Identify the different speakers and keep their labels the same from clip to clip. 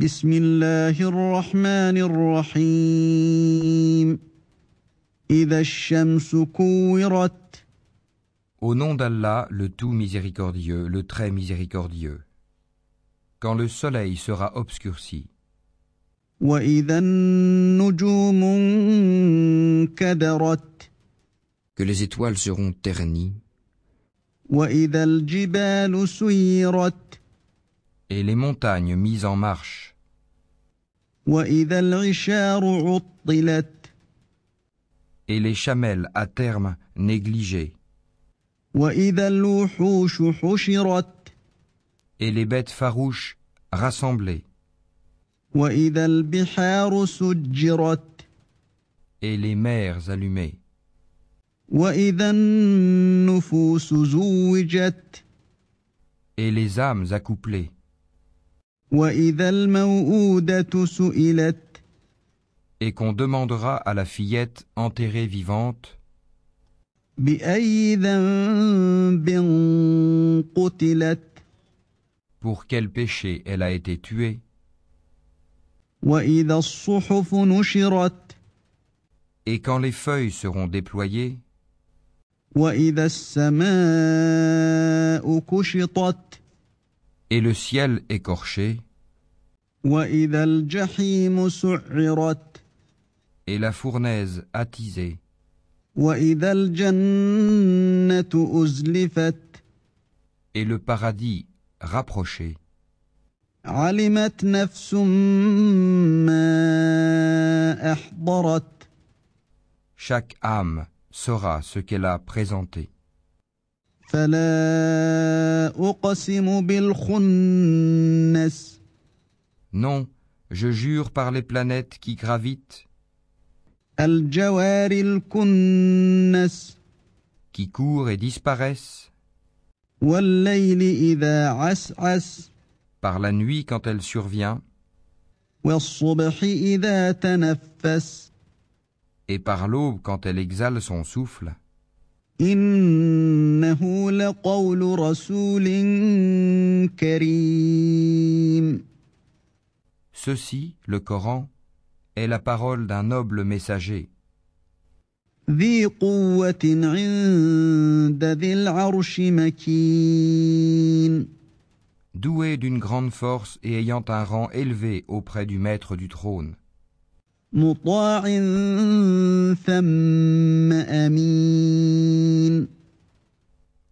Speaker 1: بسم الله الرحمن الرحيم إذا الشمس كورت
Speaker 2: Au nom d'Allah, le tout miséricordieux, le très miséricordieux. Quand le soleil sera obscurci,
Speaker 1: وإذا النجوم كدرت
Speaker 2: que les étoiles seront ternies,
Speaker 1: وإذا الجبال سيرت
Speaker 2: et les montagnes mises en marche,
Speaker 1: وإذا العشار عطلت
Speaker 2: et les chamelles à terme négligées,
Speaker 1: وإذا الوحوش حشرت
Speaker 2: et les bêtes farouches rassemblées,
Speaker 1: وإذا البحار سجرت
Speaker 2: et les mers allumées,
Speaker 1: وإذا النفوس زوجت
Speaker 2: et les âmes accouplées,
Speaker 1: وإذا الموءودة سئلت
Speaker 2: et qu'on demandera à la fillette enterrée vivante,
Speaker 1: بأي ذنب قتلت
Speaker 2: pour quel péché elle a été tuée,
Speaker 1: وإذا الصحف نشرت
Speaker 2: et quand les feuilles seront déployées,
Speaker 1: وإذا السماء كشطت
Speaker 2: et le ciel écorché,
Speaker 1: وإذا الجحيم سعرت
Speaker 2: et la fournaise attisée,
Speaker 1: وإذا الجنة أزلفت
Speaker 2: et le paradis rapproché.
Speaker 1: علمت نفس ما أحضرت
Speaker 2: Chaque âme saura ce qu'elle a présenté.
Speaker 1: فلا أقسم بالخنس
Speaker 2: Non, je jure par les planètes qui gravitent,
Speaker 1: الجوار الكنس
Speaker 2: qui courent et disparaissent,
Speaker 1: والليل إذا عسعس
Speaker 2: par la nuit quand elle survient,
Speaker 1: والصبح إذا تنفس
Speaker 2: et par l'aube quand elle exhale son souffle,
Speaker 1: إنه لقول رسول كريم
Speaker 2: ceci, le Coran, est la parole d'un noble messager,
Speaker 1: ذي قوة عند ذي العرش مكين
Speaker 2: doué d'une grande force et ayant un rang élevé auprès du maître du trône,
Speaker 1: مطاع ثم امين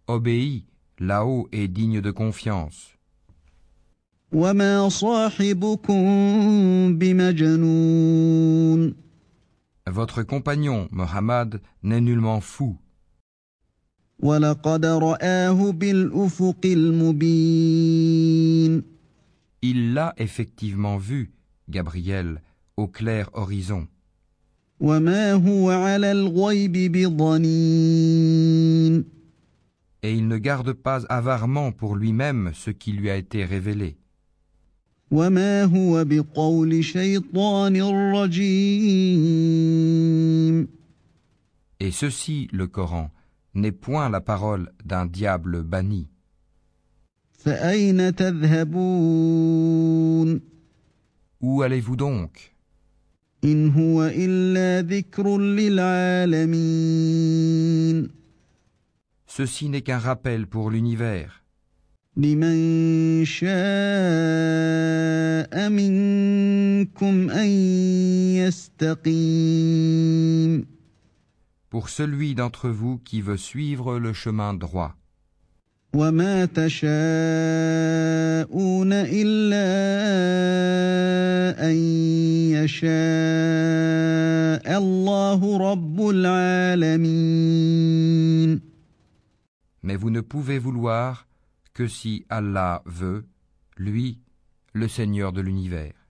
Speaker 2: obéi, là-haut et digne de confiance.
Speaker 1: وما صاحبكم بمجنون
Speaker 2: Votre compagnon, Mohammed, n'est nullement fou.
Speaker 1: ولقد راه بالافق المبين
Speaker 2: Il l'a effectivement vu, Gabriel, au clair horizon,
Speaker 1: وما هو على الغيب بضنين
Speaker 2: et il ne garde pas avarement pour lui-même ce qui lui a été révélé,
Speaker 1: وما هو بقول شيطان رجيم
Speaker 2: et ceci, le Coran, n'est point la parole d'un diable banni.
Speaker 1: فاين تذهبون
Speaker 2: Où allez-vous donc
Speaker 1: إن هو إلا ذكر للعالمين
Speaker 2: Ceci n'est qu'un rappel pour l'univers,
Speaker 1: لمن شاء منكم أن يستقيم
Speaker 2: pour celui d'entre vous qui veut suivre le chemin droit.
Speaker 1: وما تشاءون إلا أن يشاء الله رب العالمين
Speaker 2: Mais vous ne pouvez vouloir que si Allah veut, lui, le Seigneur de l'univers.